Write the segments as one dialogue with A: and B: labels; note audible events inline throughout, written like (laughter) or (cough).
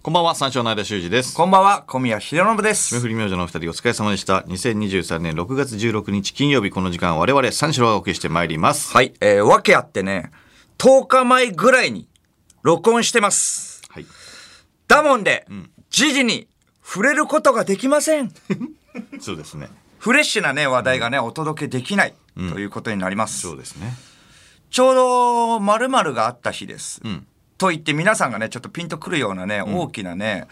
A: こんばんは、三照の間修二です。
B: こんばんは、小宮秀信です
A: 目。振り明星のお二人お疲れ様でした。2023年6月16日金曜日この時間我々三照がお送りしてまいります。
B: はい、えー、訳あってね、10日前ぐらいに録音してます。
A: はい。
B: だもんで、時事に触れることができません。
A: そうですね。
B: フレッシュなね、話題がね、お届けできない、ということになります。
A: そうですね。
B: ちょうど、〇〇があった日です。
A: ん
B: と言って皆さんがね、ちょっとピンとくるようなね、大きなね、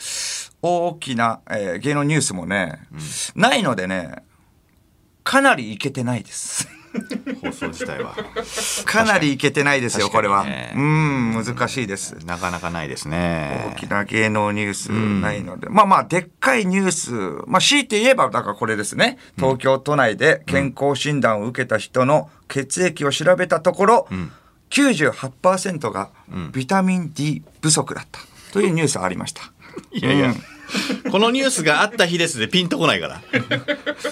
B: 大きな、えー芸能ニュースもね、ないのでね、かなりいけてないです。
A: 放送自体は (laughs)
B: かなりいけてないですよ、こ
A: 確
B: れ
A: か
B: は。
A: にね
B: うん、難しいです。
A: なかなかないです
B: 大
A: ね。
B: きな芸能ニュースないので、まあまあ、でっかいニュース、まあ、強いて言えば、だからこれですね、東京都内で健康診断を受けた人の血液を調べたところ、98%がビタミン D 不足だったというニュースあり
A: (laughs)
B: ました。
A: いやいや。このニュースがあった日ですでピンとこないから。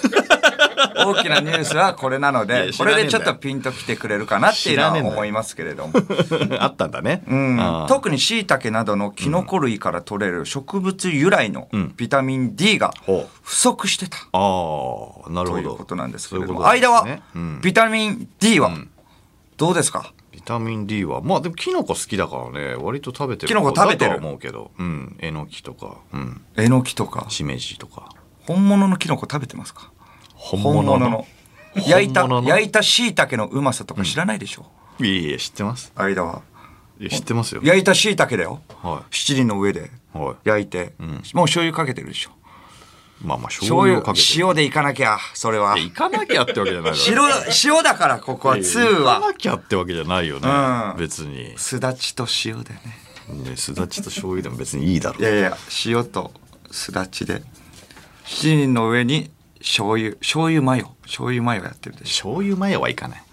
B: 大きなニュースはこれなの
A: い
B: で
A: や、知
B: こ
A: らねえん
B: れ
A: だよ
B: でちょっとピンときてくれるかなっていうのは
A: 知らねえんだよ
B: 思いますけれども。
A: (laughs) あったんだね。
B: うん
A: あ、ー
B: 特にしいたけなどのキノコ類から取れる植物由来のビタミン D が
A: ほう
B: 不足してた
A: あー、なるほ
B: と
A: ど。
B: いうことなんです
A: そ
B: け
A: うい
B: れ
A: う
B: ど
A: こと
B: も、
A: ですね
B: 間は
A: うん
B: ビタミン D はどうですか、
A: ビタミン D はまあでもキノコ好きだからね割と食べてる
B: キノコ食べてる
A: 方だとは思うけどうんえのきとかうん
B: えのきとか
A: しめじとか
B: 本物のキノコ食べてますか
A: 本
B: 本物の焼いた
A: 本物の
B: 焼いたしいたけのうまさとか知らないでしょ、
A: いやいや知ってます
B: 間はい
A: や知ってますよ
B: 焼いたしいたけだよ、
A: は
B: 七輪の上で
A: いはい
B: 焼いて、もう醤油かけてるでしょ
A: まあまあ醤
B: 醤
A: 油
B: 油
A: をかけて
B: 塩でいかなきゃそれは
A: 行かなきゃってわけじゃないだろ
B: 白塩だからここは2
A: 行
B: は
A: かなきゃってわけじゃないよね、
B: うん
A: 別に
B: すだちと塩でね
A: ねすだちと醤油でも別にいいだろ
B: いやいや塩とすだちで七輪の上に醤油醤油マヨ醤油マヨやってるでしょ
A: 醤油マヨはいかない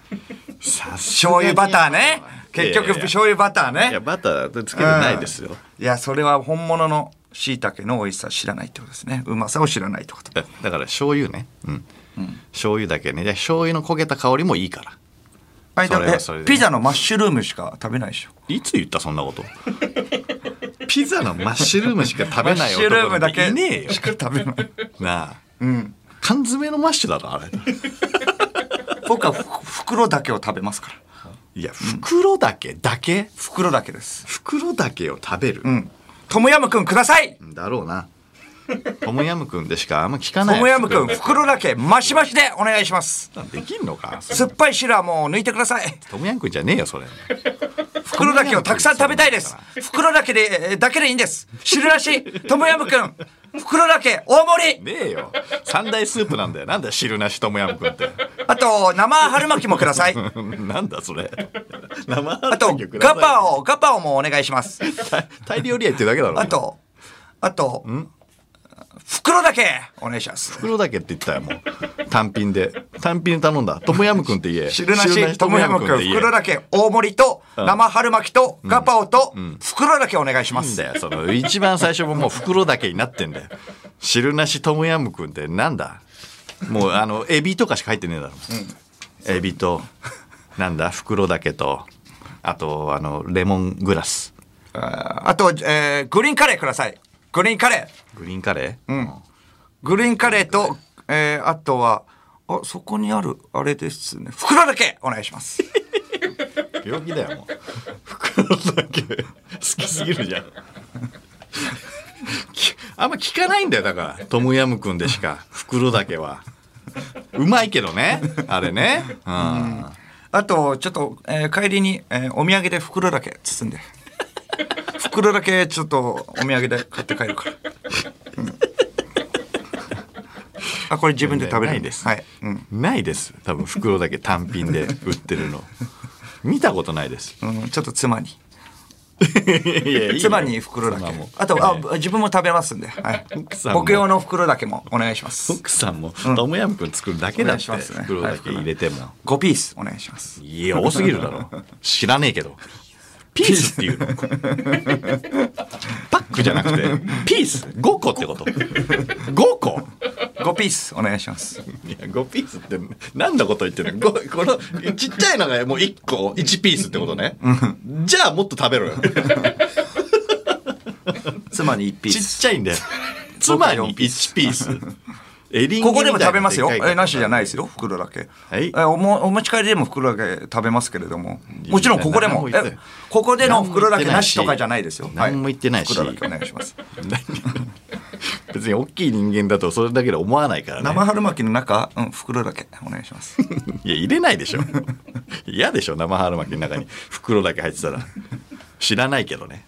A: さすが
B: 醤
A: に
B: 油バターね結
A: い
B: 局
A: やいや
B: 醤油バター
A: いや
B: ね
A: バターつけてないですよ、
B: いやそれは本物の椎茸の美味しさ知らないってことですねうまさを知らないってこと
A: だだから醤油ねうん、醤油だけねで醤油の焦げた香りもいいから
B: あいだ
A: それはそれ
B: え
A: で
B: ピザのマッシュルームしか食べないでしょ
A: いつ言ったそんな
B: (laughs)
A: ことピザのマッシュルームしか食べ
B: マッ
A: ない
B: シュルー
A: 男
B: ム
A: な
B: だ
A: んて
B: け
A: いねえよ
B: しか食べない
A: なあ、缶詰のマッシュだろあれ
B: (laughs) 僕はふ袋だけを食べますから
A: いや袋だけだけ
B: 袋だけです
A: 袋だけを食べる、
B: うんトムヤムくんください
A: だろうなトムヤムくんでしかあんま聞か
B: ト
A: ない
B: ムヤムくん袋だけマシマシでお願いします
A: できんのか
B: 酸っぱい汁はもう抜いてください
A: トムヤムくんじゃねえよそれ
B: 袋だけをたくさん食べたいです袋だけでえーだけでいいんです汁なしトムヤムくん袋だけ大盛り
A: ねえよ三大スープなんだよなんだ汁なしトムヤムくんって (laughs)
B: あと生春巻きもください
A: なんだそれ生
B: あ
A: あ
B: とガパオガパオもお願いします
A: 大量リアってだけだろ
B: あとあと袋だけお願いします
A: 袋だけって言ったよもう単品で単品で頼んだトムヤムくんって言え
B: 汁なしトムヤムくん袋
A: だ
B: だけ大盛りと生春巻きとガパオと袋だけお願いしま
A: け
B: す
A: だよその一番最初ももう袋だけになってんだよ汁なしトムヤムくんってなんだもうあのエビとかしか入ってねえだろ、エビとなんだ袋だけとあとあのレモングラス
B: あと、えーグリーンカレーください。グリーンカレー。
A: グリーンカレー、
B: グリーンカレーと、えーあとは、あ、そこにある、あれですね。袋だけお願いします。
A: 病気だよもう袋だけ好きすぎるじゃんきあんま聞かないんだよだからトムヤムくんでしか袋だけはうまいけどねあれねうん
B: あと、ちょっと、えー帰りに、えーお土産で袋だけ包んで。袋だけちょっとお土産で買って帰るから。うんあ、これ自分で食べる
A: ない
B: ん
A: で
B: ですす。はい。うん。
A: ないです多分袋だけ単品 (laughs) で売ってるの見たことないです
B: うん、ちょっと妻に。
A: いやいいよ
B: 妻に袋だけ
A: 妻も。
B: あと、あ、自分も食べますんで。はい
A: 奥さん。も
B: 僕用の袋だけもお願いします。
A: 奥さんもトムヤムくん作るだけだって、
B: お願いしますね
A: 袋だけ入れても、
B: 5ピースお願いします。
A: い、や多すぎるだろ知らねえけどピースっていう (laughs) のパックじゃなくてピース5個ってこと5個
B: 5ピースお願いします。
A: いや5ピースって何のこと言ってるのごこのちっちゃいのがもう1個1ピースってことねじゃあもっと食べろよ
B: 妻に1ピー
A: ちっ
B: ス。
A: ちゃいんだよ。 (laughs) 妻に1ピー (laughs) ス。エリンギみたいな
B: ここでも食べますよ。
A: でっかい
B: えなしじゃないです
A: よ。
B: よ、袋だけ。
A: はい
B: えおもお持ち帰りでも袋だけ食べますけれども。もちろんここで
A: 何も
B: も。
A: 言ってな
B: え
A: い
B: ここでの袋だけなしとかじゃないですよ。はい
A: 何も言ってないし
B: 袋だけお願いします。
A: 別に大きい人間だとそれだけで思わないからね。
B: 生春巻きの中、うん、袋だけお願いします。
A: いや、入れないでしょ。 (laughs) 嫌でしょ、生春巻きの中に袋だけ入ってたら。知らないけどね。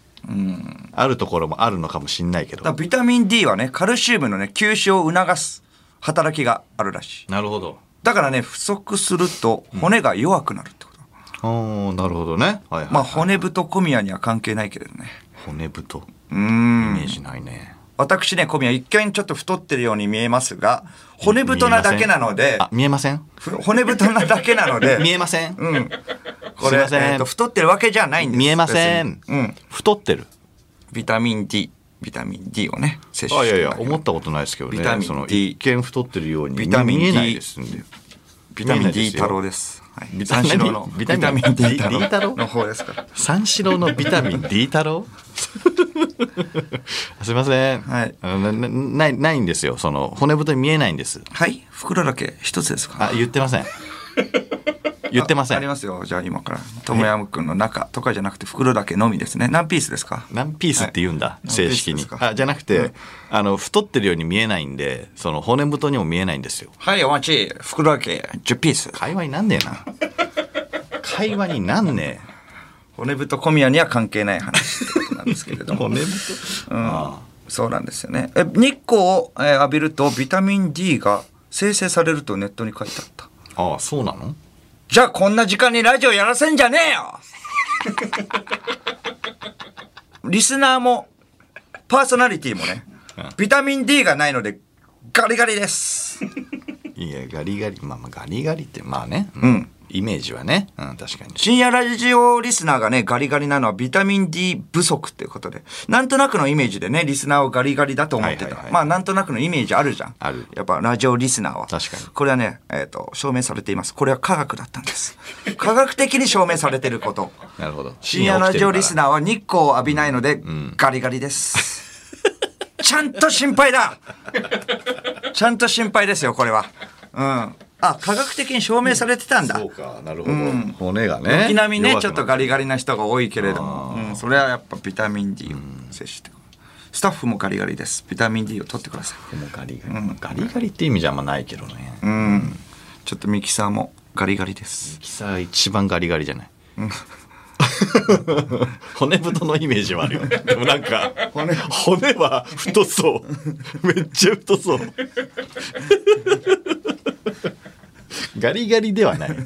A: あるところもあるのかもしんないけど
B: だから。ビタミン D はねカルシウムのね吸収を促す働きがあるらしい
A: なるほど。
B: だからね不足すると骨が弱くなるってこと、
A: ああ、なるほどね。はいはい、
B: まあ骨太小宮には関係ないけれどね
A: 骨太。
B: うー
A: イメ
B: ん
A: ージないね。
B: 私ね小宮一見ちょっと太ってるように見えますが骨太なだけなので
A: あ、見えません
B: ふ骨太なだけなので
A: (laughs) 見えません、
B: うんこ
A: すい
B: れ、え
A: ません
B: ーと太ってるわけじゃないんです
A: 見えません
B: 別にうん
A: 太ってる。
B: ビタミン D ビタミン D をね摂
A: あ
B: 取
A: い
B: し
A: やい
B: てる
A: や思ったことないですけどね
B: ビタミン D
A: その一見太ってるように
B: ビタミン D
A: 見えないですんで
B: ビタミン
A: 見えないで
B: D
A: すよ
B: 太郎です、はい、
A: ビタ
B: 三
A: ミン
B: 四郎の
A: ビタミン D
B: ビタミン D
A: 太
B: 太
A: 郎
B: 郎の方ですから
A: 三四郎のビタミン D 太郎 (laughs) すいません、
B: はい
A: あのなないないんですよその骨太に見えないんです
B: はい、袋だけ一つですか。
A: あ言ってません言ってませ
B: あり
A: ん
B: ますよ。じゃあ今からトムヤムくんの中とかじゃなくて袋だけのみですね。何ピースですか。
A: 何ピースって言うんだ、
B: い
A: 正式
B: 何
A: に
B: ピースですか
A: あじゃなくて、あの太ってるように見えないんでその骨太にも見えないんですよ
B: はい、お待ち。袋だけ十ピース。
A: 会話になんねえな会話になんねえ
B: 骨太小宮には関係ない話ってことなんですけれども。
A: (laughs) 骨太
B: うん、そうなんですよね。え日光をえー浴びるとビタミン D が生成されるとネットに書いてあった。
A: ああそうなの
B: じゃあこんな時間にラジオやらせんじゃねえ
A: (laughs)
B: よリスナーもパーソナリティもねビタミン D がないのでガリガリです
A: いやガリガリまあまあガリガリってまあね、う
B: うん
A: イメージはね、うん、確かに
B: 深夜ラジオリスナーがねガリガリなのはビタミン D 不足っていうことでなんとなくのイメージでねリスナーをガリガリだと思ってた、
A: はいはいはい
B: まあなんとなくのイメージあるじゃん
A: ある
B: やっぱラジオリスナーは
A: 確かに
B: これはね、えー、と証明されていますこれは科学だったんです
A: (laughs)
B: 科学的に証明されてること
A: なるほど
B: 深夜ラジオリス
A: ー
B: ナーは日光を浴びないので、ガリガリです。ちゃんと心
A: (laughs)
B: 配だちゃんと心配ですよ、これは。うん。あ、科学的に証明されてたんだ
A: そう。かなるほど、骨がね
B: 軒並みね、ちょっとガ
A: リ
B: リガリな人が多いけれども、うん、それはやっぱビタミン D を摂取して、スタッフもガリガリです。ビタミン D を取ってください。
A: ガリガリ、ガリガリって意味じゃあんまないけどね、
B: うん。ちょっとミキサーもガリガリです。
A: キサー一番ガリガリじゃない、 (laughs) 骨太のイメージはあるよ
B: (laughs)
A: でもなんか骨は太
B: (laughs)
A: そうめっちゃ太そうガリガリではない
B: (laughs)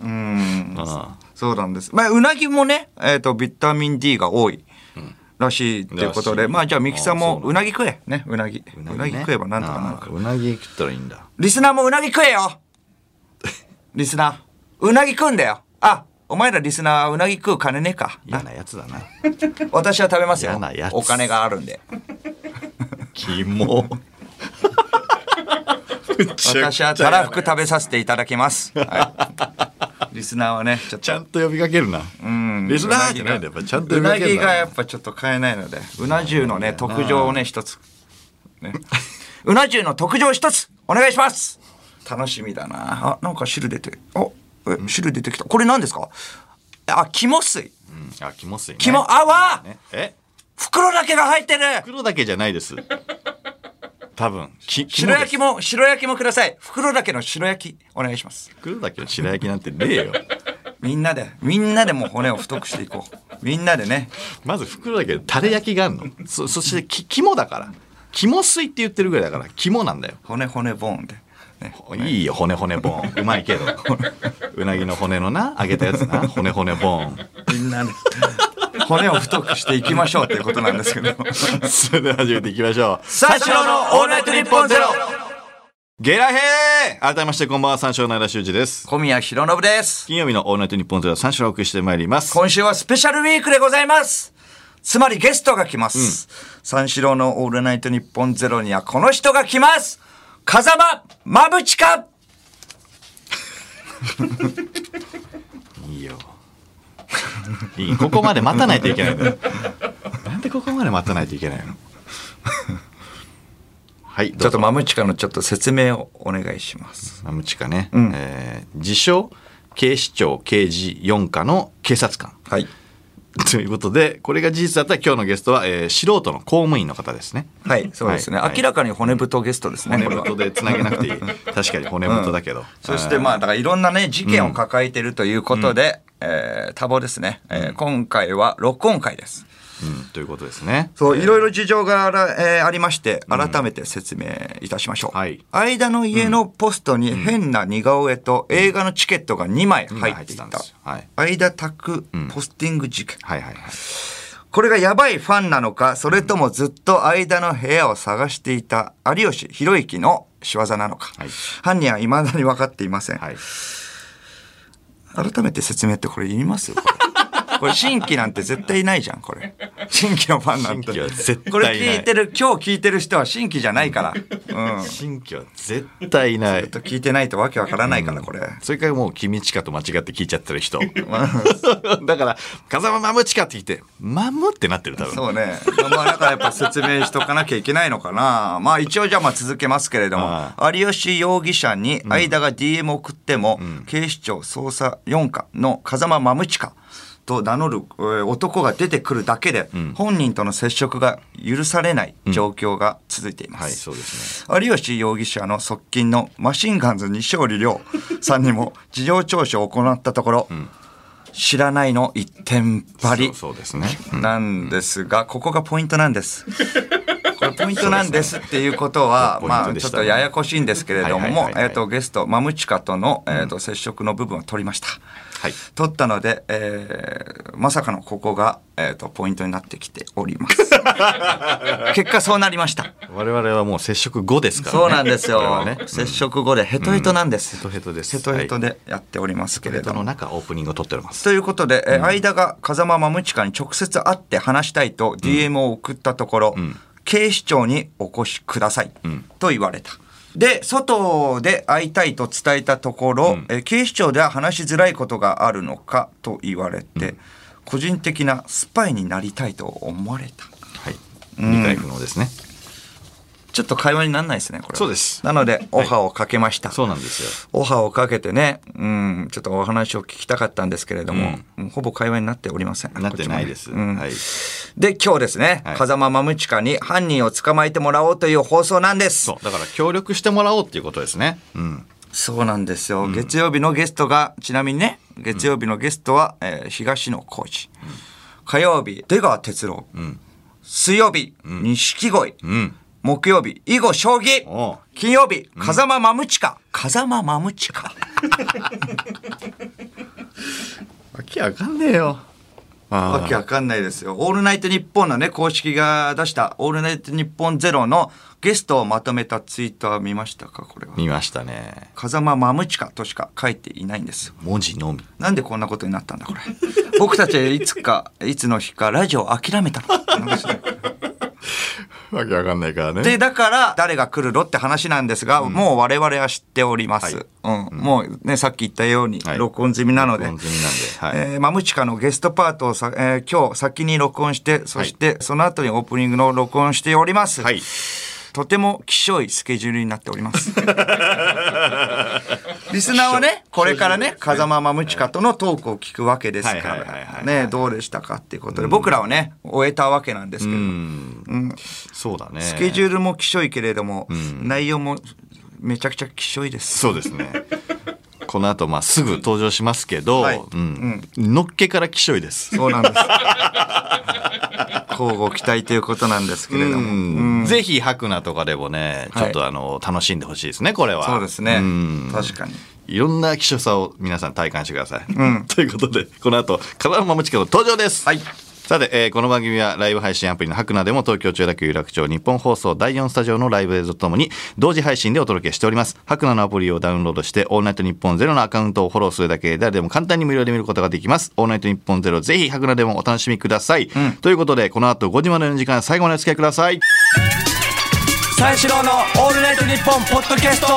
B: うん。
A: あ
B: そうなんです。まあ、うなぎもね、えっ、と、ビタミン D が多い。らしいっていうこと
A: ら
B: で、
A: しい
B: まあじゃあミキさん
A: あそう
B: も
A: なんだ
B: うなぎ食え。ね、うなぎ。
A: あ
B: うなぎ食えばなんとかなるか
A: あ
B: ら。
A: ーうなぎ食ったらいいんだ
B: リスナーもうなぎ食えよリスナー。うなぎ食うんだよ。あ、お前らリスナーはうなぎ食う金ねえか。
A: 嫌なやつだな
B: 私は食べますよ
A: 嫌なや。つ
B: お金があるんで。
A: キ
B: (laughs)
A: モ
B: 私はたらふく食べさせていただ
A: (laughs)
B: きます。はい、リスナーはね、ちょっ
A: ちゃ
B: と。
A: んと呼びかけるな
B: うん
A: リスナーじゃないんだよやっぱちゃんと
B: う
A: 呼びか
B: な
A: ける
B: ぎがや
A: な
B: っぱちょっと買えないのでうな重のね特上をね一つ、ね、うな重の特上一つお願いします楽しみだなあなんか汁出てあえ汁出てきたこれ何ですかあ肝水
A: うんあキモすいね
B: 肝あわ
A: ねえ
B: 袋だけが入ってる
A: 袋だけじゃないです多分きキモで
B: 白
A: す
B: 焼きも白焼きもください袋だけの白焼きお願いします
A: 袋だけの白焼きなんてねえよ
B: みんなでみんなでもう骨を太くしていこうみんなでね
A: まず袋だけでタレ焼きがあるのそそしてき肝だから肝水って言ってるぐらいだから肝なんだよ
B: 骨骨ボーンで、ね、
A: いいよ骨骨ボーンうまいけどうなぎの骨のな揚げたやつな骨骨ボーン
B: みんなで骨を太くしていきましょうということなんですけど
A: それでは始めていきましょう。
B: 三四郎のオールナイトニッポンゼロ
A: ゲラヘー改めましてこんばんは、三四郎の間修二です。
B: 小宮浩信です。
A: 金曜日のオールナイトニッポンゼロは三四郎をお送りしてまいります。
B: 今週はスペシャルウィークでございます。つまりゲストが来ます。三四郎のオールナイトニッポンゼロにはこの人が来ます。風間まぶちか
A: いいよ。いいここまで待たないといけないのよなんでここまで待たないといけないの (laughs) はい
B: ちょっと
A: ま
B: マムチカのちょっと説明をお願いします。
A: マムチカね、
B: うん
A: えー自称警視庁刑事4課の警察官 (laughs)
B: はい。
A: ということでこれが事実だったら今日のゲストは、えー素人の公務員の方ですね
B: はい、そうですね。
A: はいはい
B: 明らかに骨太ゲストですね。
A: 骨
B: これは
A: 太でつなげなくていい確かに骨太だけど、
B: そしてまあだからいろんなね事件を抱えてるということで、えー多忙ですね、えー今回は録音会です
A: うん、ということですね
B: そういろいろ事情があら、えーありまして改めて説明いたしましょう、
A: はい
B: 間の家のポストに変な似顔絵と映画のチケットが2枚入ってい
A: う
B: た,、
A: ん入ってたんですよはい
B: 間宅ポスティング事件、
A: はいはいはい
B: これがやばいファンなのかそれともずっと間の部屋を探していた有吉弘行の仕業なのか、
A: はい
B: 犯人は未だに分かっていません、
A: はい
B: 改めて説明ってこれ言いますこ
A: (laughs)
B: れこれ新規なんて絶対いないじゃんこれ新規のファンなんて
A: 新規は絶対いない
B: これ聞いてる今日聞いてる人は新規じゃないからうんち
A: 新居は絶対な
B: ょっ
A: い
B: と聞いてないとわけわからないからこれ、
A: それからもう君近と間違って聞いちゃってる人 (laughs) だから風間マムチカって聞いてマムってなってる多分
B: そうねまあだからやっぱ説明しとかなきゃいけないのかな
A: (laughs)
B: まあ一応じゃあまあ続けますけれども
A: は
B: 有吉容疑者に間が DM を送っても、警視庁捜査4課の風間マムチカと名乗るえー男が出てくるだけで、本人との接触が許されない状況が続いています、
A: はいそうですね
B: 有吉容疑者の側近のマシンガンズ西織
A: (laughs)
B: 亮さんにも事情聴取を行ったところ、知らないの一点張り
A: そうそうですね
B: なんですが、ここがポイントなん
A: (laughs)
B: です。これポイントなんですっていうことは、
A: そうですね
B: ま
A: ポイ
B: あ
A: ントで
B: ちょ
A: し
B: ったと
A: ね
B: ややこしいんですけれど
A: はいはい
B: も
A: は、いはい
B: えっとゲストマムチカとのえっと接触の部分を取りました。
A: はい
B: 取ったので、えーまさかのここがえっとポイントになってきており
A: (laughs)
B: ます。結果そうなりました。
A: 我々はもう接触後ですからね
B: そうなんです
A: これ
B: よ
A: はね。
B: 接触後でヘトヘトなんです。
A: ヘトヘトです
B: ヘトヘトでやっておりますけれ
A: ベ
B: ど
A: ト
B: も
A: の。中オープニングを撮っております
B: ということで、えー間が風間マムチカに直接会って話したいと DM を送ったところ、警視庁にお越しくださいと言われた。で、外で会いたいと伝えたところ、えー警視庁では話しづらいことがあるのかと言われて、個人的なスパイになりたいと思われた。
A: はい理解不能ですね
B: ちょっと会話にならないですね、これは。
A: そうです
B: なので、オファーをかけました。
A: そうなんですよ
B: オファーをかけてね、うん、ちょっとお話を聞きたかったんですけれども、もうほぼ会話になっておりません。
A: なってないです
B: こっちもねうん
A: はい
B: で、今日ですね、
A: はい
B: 風間マムチカに犯人を捕まえてもらおうという放送なんです。
A: そうだから協力してもらおうっていうことですねうん
B: そうなんですよ。月曜日のゲストが、ちなみにね、月曜日のゲストは、えー東野浩二。火曜日、出川哲郎。水曜日、錦鯉。
A: うん
B: 木曜日、囲碁将棋
A: おう。
B: 金曜日、風間マムチカ。風間マムチカ。
A: わけわかんねえよ
B: わけわかんないですよ。オールナイトニッポンのね、公式が出した、オールナイトニッポンゼロのゲストをまとめたツイートは見ましたかこれは。
A: 見ましたね
B: 風間マムチカとしか書いていないんですよ。
A: 文字のみ
B: なんでこんなことになったんだこれ。 (laughs) 僕たちはいつか、いつの日かラジオを諦めたのかって話だよ。
A: わけわかんないからね
B: で、だから誰が来るのって話なんですが、もう我々は知っております。うん。もうね、さっき言ったように、
A: はい
B: 録音済みなので。
A: 録音済みなんではい
B: えーマムチカのゲストパートをさ、えー今日先に録音して、そしてその後にオープニングの録音しております。
A: はい
B: とても希少いスケジュールになってお
A: (laughs)
B: ります。リスナーはね、これからね、風間マムチカとのトークを聞くわけですか
A: はいはいはいは
B: ら、
A: い
B: ね、どうでしたかっていうことで、僕らはね、終えたわけなんですけど、
A: そうだね
B: スケジ
A: ュール
B: ュールも希少いけれども、内容もめちゃくちゃ希少いです。
A: そうですねこの後まあすぐ登場しますけど、
B: はい
A: うんのっけからきしょいです
B: そ
A: (laughs)
B: うなんです。交互期待ということなんですけれども。
A: ぜひ白菜とかでもね
B: はい
A: ちょっとあの、楽しんでほしいですねこれは
B: そうですね
A: ん。
B: 確かに。
A: いろんな希少さを皆さん体感してください、 (laughs) ということでこの後風間マチカの登場です
B: はい
A: さて、えーこの番組はライブ配信アプリの白菜でも東京中田区有楽町日本放送第4スタジオのライブ映像とともに同時配信でお届けしております白菜のアプリをダウンロードしてオールナイトニッポンゼロのアカウントをフォローするだけで誰でも簡単に無料で見ることができますオールナイトニッポンゼロぜひ白菜でもお楽しみください、ということでこの後5時までの時間最後までお付き合いください
B: 三四郎のオールナイトニッポンポッドキャスト